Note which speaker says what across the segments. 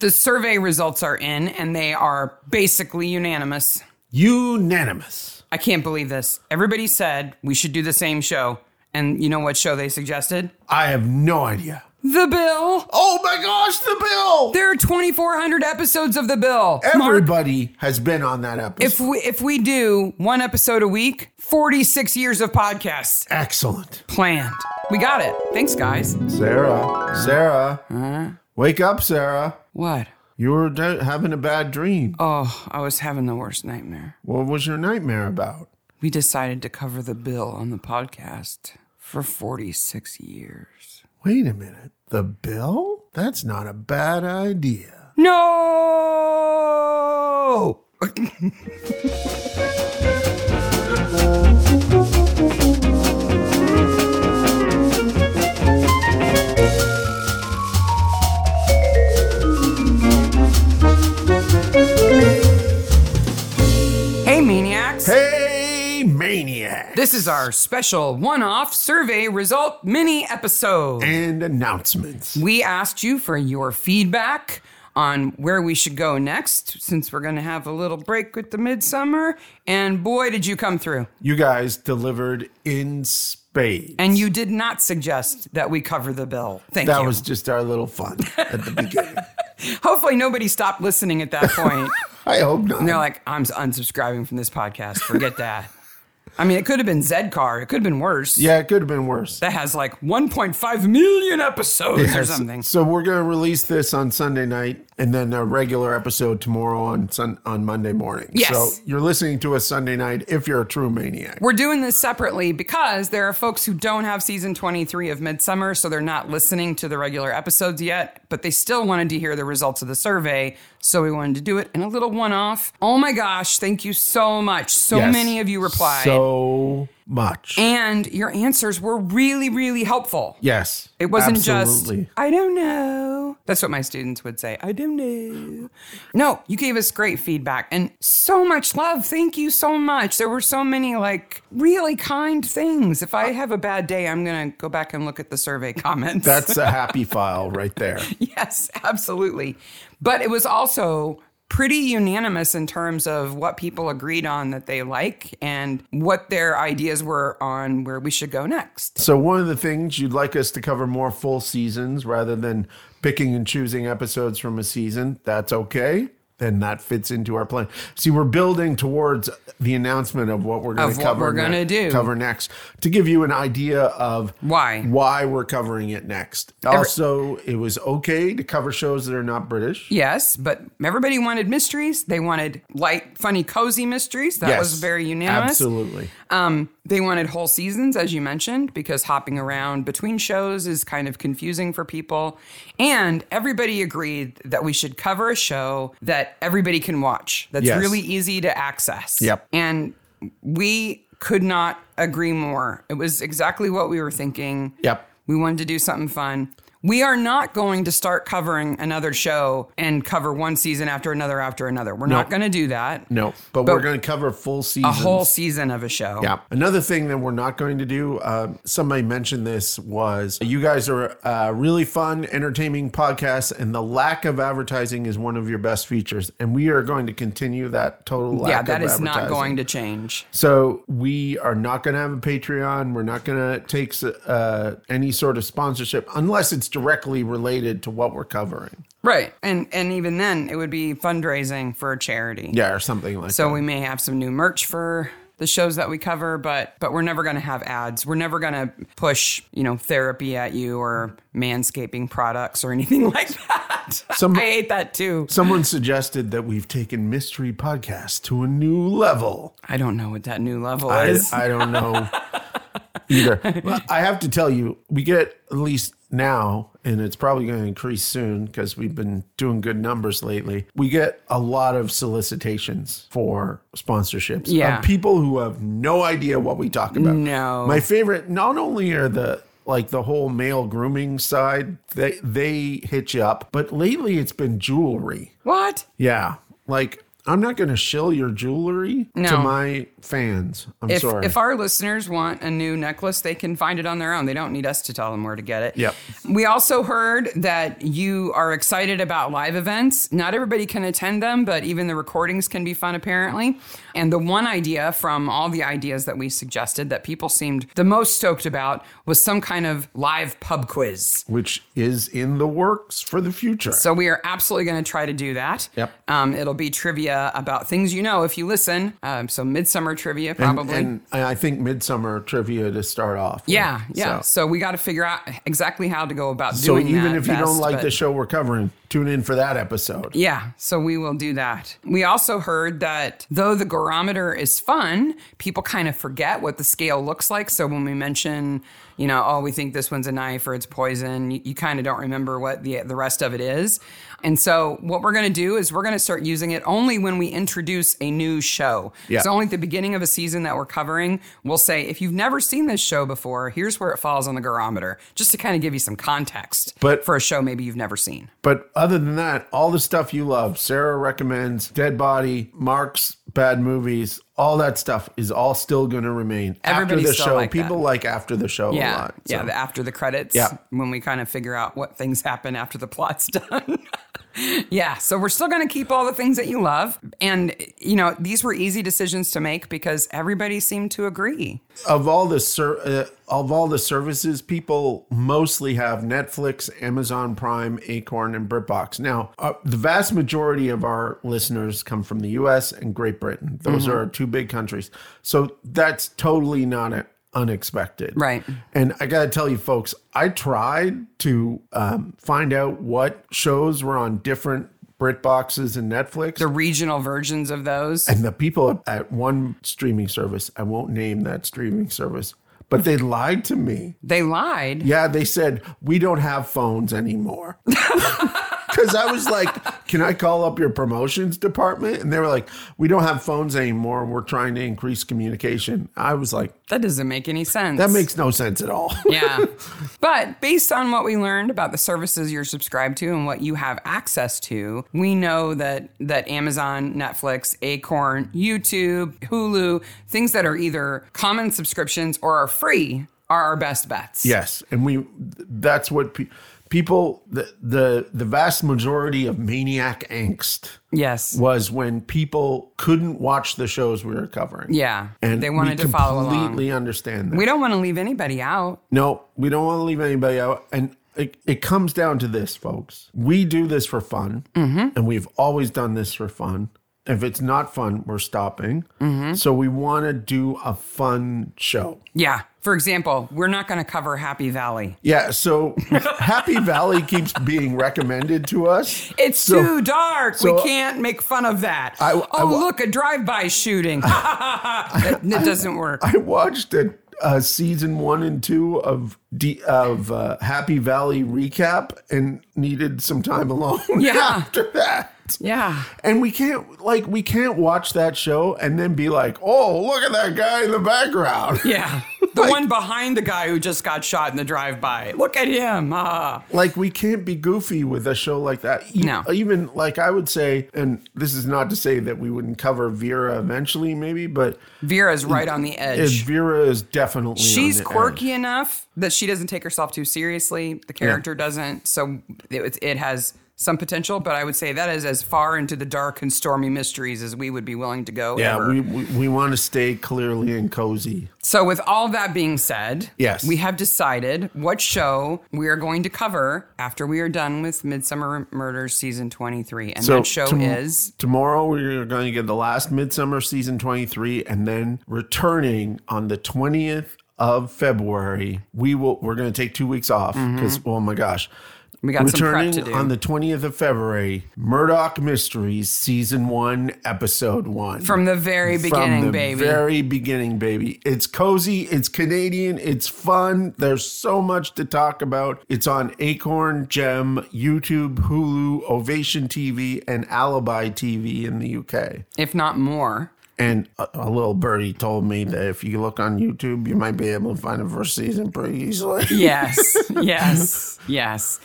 Speaker 1: The survey results are in, and they are basically unanimous.
Speaker 2: Unanimous.
Speaker 1: I can't believe this. Everybody said we should do the same show. And you know what show they suggested?
Speaker 2: I have no idea.
Speaker 1: The Bill.
Speaker 2: Oh my gosh, the bill!
Speaker 1: There are 2,400 episodes of The Bill. Mark,
Speaker 2: Everybody has been on that episode.
Speaker 1: if we, if we do one episode a week, 46 years of podcasts
Speaker 2: Excellent.
Speaker 1: planned. We got it. Thanks, guys.
Speaker 2: Sarah, Sarah, wake up, Sarah.
Speaker 1: What?
Speaker 2: You were da- having a bad dream.
Speaker 1: Oh, I was having the worst nightmare.
Speaker 2: What was your nightmare about?
Speaker 1: We decided to cover the bill on the podcast for 46 years.
Speaker 2: Wait a minute. The bill? That's not a bad idea.
Speaker 1: No! Hey, maniacs.
Speaker 2: Hey, maniac!
Speaker 1: This is our special one off survey result mini episode.
Speaker 2: and announcements.
Speaker 1: We asked you for your feedback on where we should go next since we're going to have a little break with the midsummer. And boy, did you come through.
Speaker 2: You guys delivered in spades.
Speaker 1: And you did not suggest that we cover the bill. Thank
Speaker 2: that
Speaker 1: you.
Speaker 2: was just our little fun at the beginning.
Speaker 1: Hopefully, nobody stopped listening at that point.
Speaker 2: I hope not.
Speaker 1: They're like, I'm unsubscribing from this podcast. Forget that. I mean, it could have been Zedcar, it could have been worse.
Speaker 2: yeah, it could have been worse.
Speaker 1: That has like 1.5 million episodes or
Speaker 2: Yes.
Speaker 1: something.
Speaker 2: So we're going to release this on Sunday night and then a regular episode tomorrow on sun- on Monday morning.
Speaker 1: Yes.
Speaker 2: So you're listening to us Sunday night if you're a true maniac.
Speaker 1: We're doing this separately because there are folks who don't have season 23 of Midsummer, so they're not listening to the regular episodes yet, but they still wanted to hear the results of the survey. So we wanted to do it in a little one off. Oh my gosh, thank you so much. So
Speaker 2: Yes.
Speaker 1: many of you replied.
Speaker 2: So much.
Speaker 1: and your answers were really, really helpful.
Speaker 2: yes.
Speaker 1: It wasn't
Speaker 2: absolutely.
Speaker 1: just, I don't know. That's what my students would say. I don't know. No, you gave us great feedback and so much love. Thank you so much. There were so many like really kind things. If I have a bad day, I'm going to go back and look at the survey comments.
Speaker 2: That's a happy file right there.
Speaker 1: yes, absolutely. But it was also pretty unanimous in terms of what people agreed on that they like and what their ideas were on where we should go next.
Speaker 2: So one of the things you'd like us to cover more full seasons rather than picking and choosing episodes from a season, that's okay. Then that fits into our plan. See, we're building towards the announcement of what we're going
Speaker 1: Of
Speaker 2: to
Speaker 1: what
Speaker 2: cover.
Speaker 1: we're gonna do.
Speaker 2: Cover next to give you an idea of
Speaker 1: Why.
Speaker 2: why we're covering it next. Also, it was okay to cover shows that are not British.
Speaker 1: Yes, but everybody wanted mysteries. They wanted light, funny, cozy mysteries. That
Speaker 2: Yes,
Speaker 1: was very unanimous.
Speaker 2: Absolutely.
Speaker 1: Um, they wanted whole seasons, as you mentioned, because hopping around between shows is kind of confusing for people. And everybody agreed that we should cover a show that everybody can watch, that's
Speaker 2: Yes.
Speaker 1: really easy to access.
Speaker 2: Yep.
Speaker 1: And we could not agree more. It was exactly what we were thinking.
Speaker 2: Yep.
Speaker 1: We wanted to do something fun. We are not going to start covering another show and cover one season after another after another. We're not going to do that.
Speaker 2: No, but,
Speaker 1: But-
Speaker 2: we're going to cover full
Speaker 1: A
Speaker 2: seasons.
Speaker 1: whole season of a show.
Speaker 2: Yeah. Another thing that we're not going to do, uh, somebody mentioned this, was you guys are a really fun, entertaining podcast, and the lack of advertising is one of your best features. And we are going to continue that total lack
Speaker 1: Yeah,
Speaker 2: of
Speaker 1: that is not
Speaker 2: advertising.
Speaker 1: going to change.
Speaker 2: So we are not going to have a Patreon. We're not going to take uh, any sort of sponsorship unless it's directly related to what we're covering.
Speaker 1: Right. And and even then it would be fundraising for a charity.
Speaker 2: Yeah, or something like
Speaker 1: So
Speaker 2: that.
Speaker 1: we may have some new merch for the shows that we cover, but but we're never going to have ads. We're never going to push, you know, therapy at you or manscaping products or anything like that.
Speaker 2: Some-
Speaker 1: I hate that too.
Speaker 2: Someone suggested that we've taken mystery podcasts to a new level.
Speaker 1: I don't know what that new level
Speaker 2: I,
Speaker 1: is.
Speaker 2: I don't know either. Well, I have to tell you, we get at least now, and it's probably going to increase soon because we've been doing good numbers lately. We get a lot of solicitations for sponsorships
Speaker 1: Yeah.
Speaker 2: of people who have no idea what we talk about.
Speaker 1: No.
Speaker 2: my favorite. Not only are the like the whole male grooming side, they they hit you up, but lately it's been jewelry.
Speaker 1: what?
Speaker 2: Yeah. Like I'm not going to shill your jewelry
Speaker 1: No.
Speaker 2: to my fans. I'm
Speaker 1: If,
Speaker 2: sorry.
Speaker 1: if our listeners want a new necklace, they can find it on their own. They don't need us to tell them where to get it.
Speaker 2: Yep.
Speaker 1: We also heard that you are excited about live events. Not everybody can attend them, but even the recordings can be fun, apparently. And the one idea from all the ideas that we suggested that people seemed the most stoked about was some kind of live pub quiz.
Speaker 2: which is in the works for the future.
Speaker 1: So we are absolutely going to try to do that.
Speaker 2: Yep.
Speaker 1: Um, it'll be trivia about things you know if you listen. Um, so midsummer trivia, probably.
Speaker 2: And I think midsummer trivia to start off. with.
Speaker 1: Yeah, yeah.
Speaker 2: So,
Speaker 1: So, we got to figure out exactly how to go about
Speaker 2: so
Speaker 1: doing that.
Speaker 2: even if you don't
Speaker 1: best,
Speaker 2: like
Speaker 1: but-
Speaker 2: the show we're covering, tune in for that episode.
Speaker 1: Yeah, so we will do that. We also heard that though the garometer is fun, people kind of forget what the scale looks like. So when we mention, you know, oh, we think this one's a knife or it's poison, you, you kind of don't remember what the the rest of it is. And so what we're going to do is we're going to start using it only when we introduce a new show.
Speaker 2: Yeah.
Speaker 1: So only at the beginning of a season that we're covering, we'll say if you've never seen this show before, here's where it falls on the garometer, just to kind of give you some context
Speaker 2: But-
Speaker 1: for a show maybe you've never seen.
Speaker 2: But other than that, all the stuff you love, Sarah recommends Dead Body, Mark's bad movies, all that stuff is all still going to remain
Speaker 1: Everybody
Speaker 2: after the
Speaker 1: still
Speaker 2: show.
Speaker 1: like that.
Speaker 2: People like after the show a lot. So.
Speaker 1: Yeah, the after the credits.
Speaker 2: Yeah.
Speaker 1: When we kind of figure out what things happen after the plot's done. yeah. So we're still going to keep all the things that you love. And, you know, these were easy decisions to make because everybody seemed to agree.
Speaker 2: of all the ser- uh, of all the services, people mostly have Netflix, Amazon Prime, Acorn, and BritBox. Now, uh, the vast majority of our listeners come from the U.S. and Great Britain; those are our two big countries. So that's totally not a- unexpected,
Speaker 1: Right.
Speaker 2: And I gotta tell you, folks, I tried to um, find out what shows were on different BritBoxes and Netflix.
Speaker 1: The regional versions of those.
Speaker 2: And the people at one streaming service, I won't name that streaming service, but they lied to me.
Speaker 1: They lied.
Speaker 2: Yeah, they said, we don't have phones anymore. Because I was like, can I call up your promotions department? And they were like, we don't have phones anymore. We're trying to increase communication. I was like,
Speaker 1: That doesn't make any sense.
Speaker 2: that makes no sense at all.
Speaker 1: yeah. But based on what we learned about the services you're subscribed to and what you have access to, we know that that Amazon, Netflix, Acorn, YouTube, Hulu, things that are either common subscriptions or are free are our best bets.
Speaker 2: Yes, and we that's what pe- people the, the the vast majority of maniac angst
Speaker 1: Yes.
Speaker 2: was when people couldn't watch the shows we were covering.
Speaker 1: Yeah.
Speaker 2: And
Speaker 1: They
Speaker 2: we
Speaker 1: wanted to follow along.
Speaker 2: Completely understand that.
Speaker 1: We don't want to leave anybody out.
Speaker 2: no, we don't want to leave anybody out. And it, it comes down to this, folks. We do this for fun,
Speaker 1: Mm-hmm.
Speaker 2: and we've always done this for fun. If it's not fun, we're stopping.
Speaker 1: Mm-hmm.
Speaker 2: So we want to do a fun show.
Speaker 1: Yeah. For example, we're not going to cover Happy Valley.
Speaker 2: Yeah. So Happy Valley keeps being recommended to us.
Speaker 1: It's
Speaker 2: So-
Speaker 1: too dark. we
Speaker 2: so-
Speaker 1: can't make fun of that.
Speaker 2: I- I-
Speaker 1: oh, look, a drive-by shooting. it, it doesn't work.
Speaker 2: I watched a, a season one and two of D, of uh, Happy Valley recap and needed some time alone
Speaker 1: Yeah.
Speaker 2: after that.
Speaker 1: yeah.
Speaker 2: And we can't like we can't watch that show and then be like, oh, look at that guy in the background.
Speaker 1: Yeah. The one behind the guy who just got shot in the drive by. Look at him. Ah.
Speaker 2: Like we can't be goofy with a show like that. E-
Speaker 1: No.
Speaker 2: Even like I would say, and this is not to say that we wouldn't cover Vera eventually, maybe, but
Speaker 1: Vera's right on the edge.
Speaker 2: Vera is definitely on
Speaker 1: She's
Speaker 2: the edge.
Speaker 1: quirky enough that she doesn't take herself too seriously. The character doesn't. So it, it has some potential, but I would say that is as far into the dark and stormy mysteries as we would be willing to go.
Speaker 2: Yeah,
Speaker 1: ever.
Speaker 2: we, we, we want to stay clearly and cozy.
Speaker 1: So, with all that being said,
Speaker 2: Yes.
Speaker 1: we have decided what show we are going to cover after we are done with Midsummer Murders season 23. And that show
Speaker 2: tom-
Speaker 1: is
Speaker 2: tomorrow. We're going to get the last Midsummer season twenty three, and then returning on the twentieth of February. We will. We're going to take two weeks off because oh my gosh,
Speaker 1: Mm-hmm. We got some prep
Speaker 2: returning
Speaker 1: to do.
Speaker 2: on the twentieth of February. Murdoch Mysteries season one, episode one.
Speaker 1: from the very beginning,
Speaker 2: From the
Speaker 1: baby.
Speaker 2: very beginning, baby. It's cozy. It's Canadian. It's fun. There's so much to talk about. It's on Acorn, Gem, YouTube, Hulu, Ovation TV, and Alibi TV in the UK.
Speaker 1: if not more.
Speaker 2: And a, a little birdie told me that if you look on YouTube, you might be able to find the first season pretty easily.
Speaker 1: Yes, yes, yes.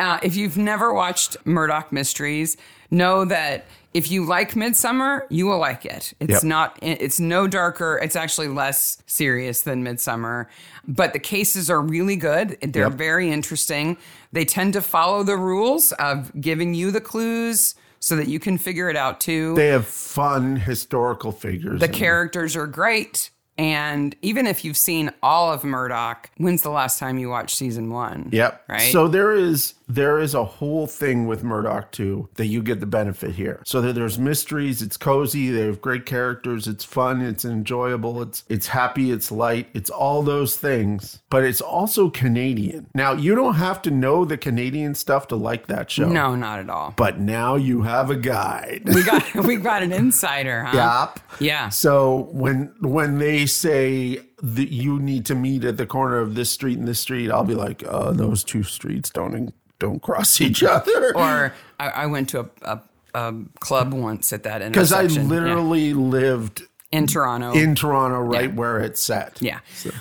Speaker 1: Uh, if you've never watched Murdoch Mysteries, know that if you like Midsummer, you will like it. It's
Speaker 2: Yep.
Speaker 1: not. It's no darker. It's actually less serious than Midsummer, but the cases are really good. They're
Speaker 2: Yep.
Speaker 1: very interesting. They tend to follow the rules of giving you the clues so that you can figure it out too.
Speaker 2: They have fun historical figures.
Speaker 1: The
Speaker 2: in it.
Speaker 1: characters are great. And even if you've seen all of Murdoch, when's the last time you watched season one?
Speaker 2: Yep.
Speaker 1: Right?
Speaker 2: So there is there is a whole thing with Murdoch too that you get the benefit here. So that there's mysteries, it's cozy, they have great characters, it's fun, it's enjoyable, it's it's happy, it's light, it's all those things. But it's also Canadian. Now you don't have to know the Canadian stuff to like that show.
Speaker 1: No, not at all.
Speaker 2: But now you have a guide.
Speaker 1: We got we got an insider, huh?
Speaker 2: Yep.
Speaker 1: Yeah.
Speaker 2: So when when they say that you need to meet at the corner of this street and this street, I'll be like, uh, those two streets don't don't cross each other.
Speaker 1: Or I, I went to a, a, a club once at that
Speaker 2: Because I
Speaker 1: intersection. yeah.
Speaker 2: literally lived
Speaker 1: in Toronto.
Speaker 2: in Toronto, right where it's set.
Speaker 1: Yeah.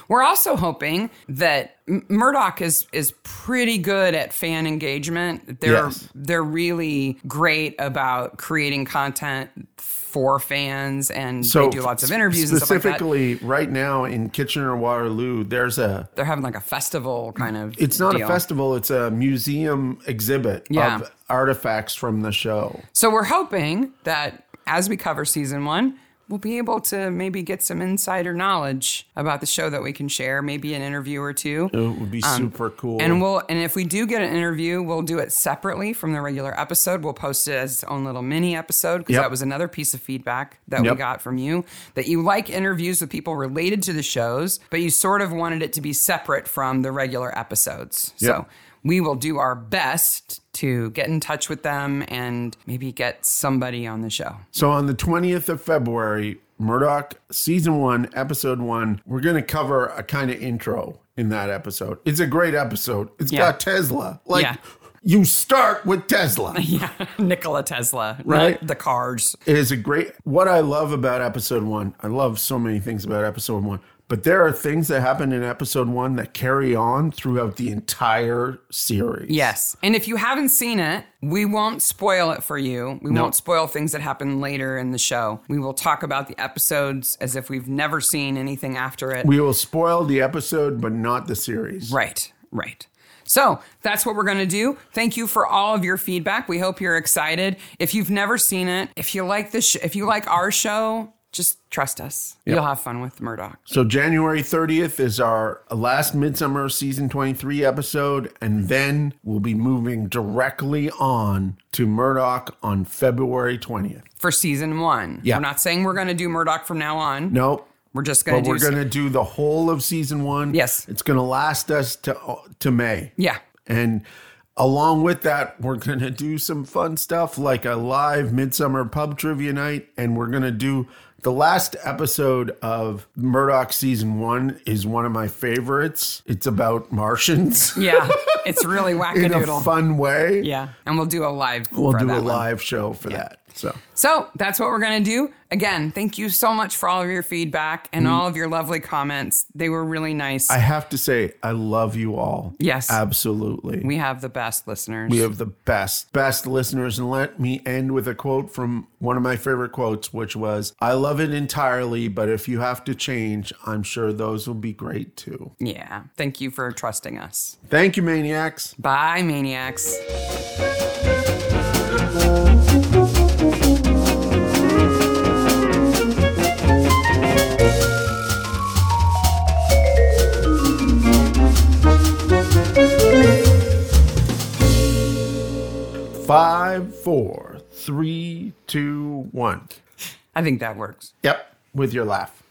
Speaker 1: We're also hoping that M- Murdoch is is pretty good at fan engagement. They're
Speaker 2: Yes.
Speaker 1: they're really great about creating content for fans and they do lots of interviews and stuff like that.
Speaker 2: specifically right now in Kitchener Waterloo, there's a
Speaker 1: They're having like a festival kind of
Speaker 2: it's not
Speaker 1: deal.
Speaker 2: a festival, it's a museum exhibit
Speaker 1: Yeah.
Speaker 2: of artifacts from the show.
Speaker 1: So we're hoping that as we cover season 1, we'll be able to maybe get some insider knowledge about the show that we can share, maybe an interview or two.
Speaker 2: It would be super cool.
Speaker 1: Um, And we'll and if we do get an interview, we'll do it separately from the regular episode. We'll post it as its own little mini episode because
Speaker 2: Yep.
Speaker 1: that was another piece of feedback that
Speaker 2: Yep.
Speaker 1: we got from you that you like interviews with people related to the shows, but you sort of wanted it to be separate from the regular episodes. So
Speaker 2: Yep.
Speaker 1: we will do our best to get in touch with them and maybe get somebody on the show.
Speaker 2: So on the 20th of February, Murdoch season one, episode one, we're going to cover a kind of intro in that episode. It's a great episode. It's
Speaker 1: Yeah.
Speaker 2: got Tesla. Like,
Speaker 1: Yeah.
Speaker 2: you start with Tesla.
Speaker 1: Yeah, Nikola Tesla,
Speaker 2: Right.
Speaker 1: The cars.
Speaker 2: It is a great, what I love about episode one, I love so many things about episode one, but there are things that happen in episode one that carry on throughout the entire series.
Speaker 1: Yes. And if you haven't seen it, we won't spoil it for you. We won't spoil things that happen later in the show. We will talk about the episodes as if we've never seen anything after it.
Speaker 2: We will spoil the episode, but not the series.
Speaker 1: right, right. So that's what we're going to do. Thank you for all of your feedback. We hope you're excited. If you've never seen it, if you like this, sh- if you like our show, just trust us. You'll have fun with Murdoch.
Speaker 2: So January 30th is our last Midsummer season 23 episode, and then we'll be moving directly on to Murdoch on February 20th.
Speaker 1: For season one,
Speaker 2: Yeah.
Speaker 1: we're not saying we're going to do Murdoch from now on.
Speaker 2: Nope.
Speaker 1: we're just going
Speaker 2: But
Speaker 1: to do.
Speaker 2: we're going to do the whole of season one.
Speaker 1: Yes.
Speaker 2: It's going to last us to, to May.
Speaker 1: yeah,
Speaker 2: And along with that, we're going to do some fun stuff like a live Midsummer Pub Trivia Night. And we're going to do the last episode of Murdoch Season 1 is one of my favorites. It's about Martians
Speaker 1: yeah. It's really
Speaker 2: in a
Speaker 1: wackadoodle.
Speaker 2: fun way.
Speaker 1: Yeah. And we'll do a live.
Speaker 2: We'll
Speaker 1: for
Speaker 2: do
Speaker 1: that
Speaker 2: a
Speaker 1: one.
Speaker 2: live show for that. So
Speaker 1: So that's what we're going to do. Again, thank you so much for all of your feedback and all of your lovely comments. They were really nice.
Speaker 2: Mm. I have to say, I love you all.
Speaker 1: Yes.
Speaker 2: Absolutely.
Speaker 1: we have the best listeners.
Speaker 2: We have the best, best listeners. And let me end with a quote from one of my favorite quotes, which was I love it entirely, but if you have to change, I'm sure those will be great too.
Speaker 1: yeah. Thank you for trusting us.
Speaker 2: Thank you, Maniacs.
Speaker 1: Bye, maniacs.
Speaker 2: Five, four, three, two, one.
Speaker 1: I think that works.
Speaker 2: Yep, with your laugh.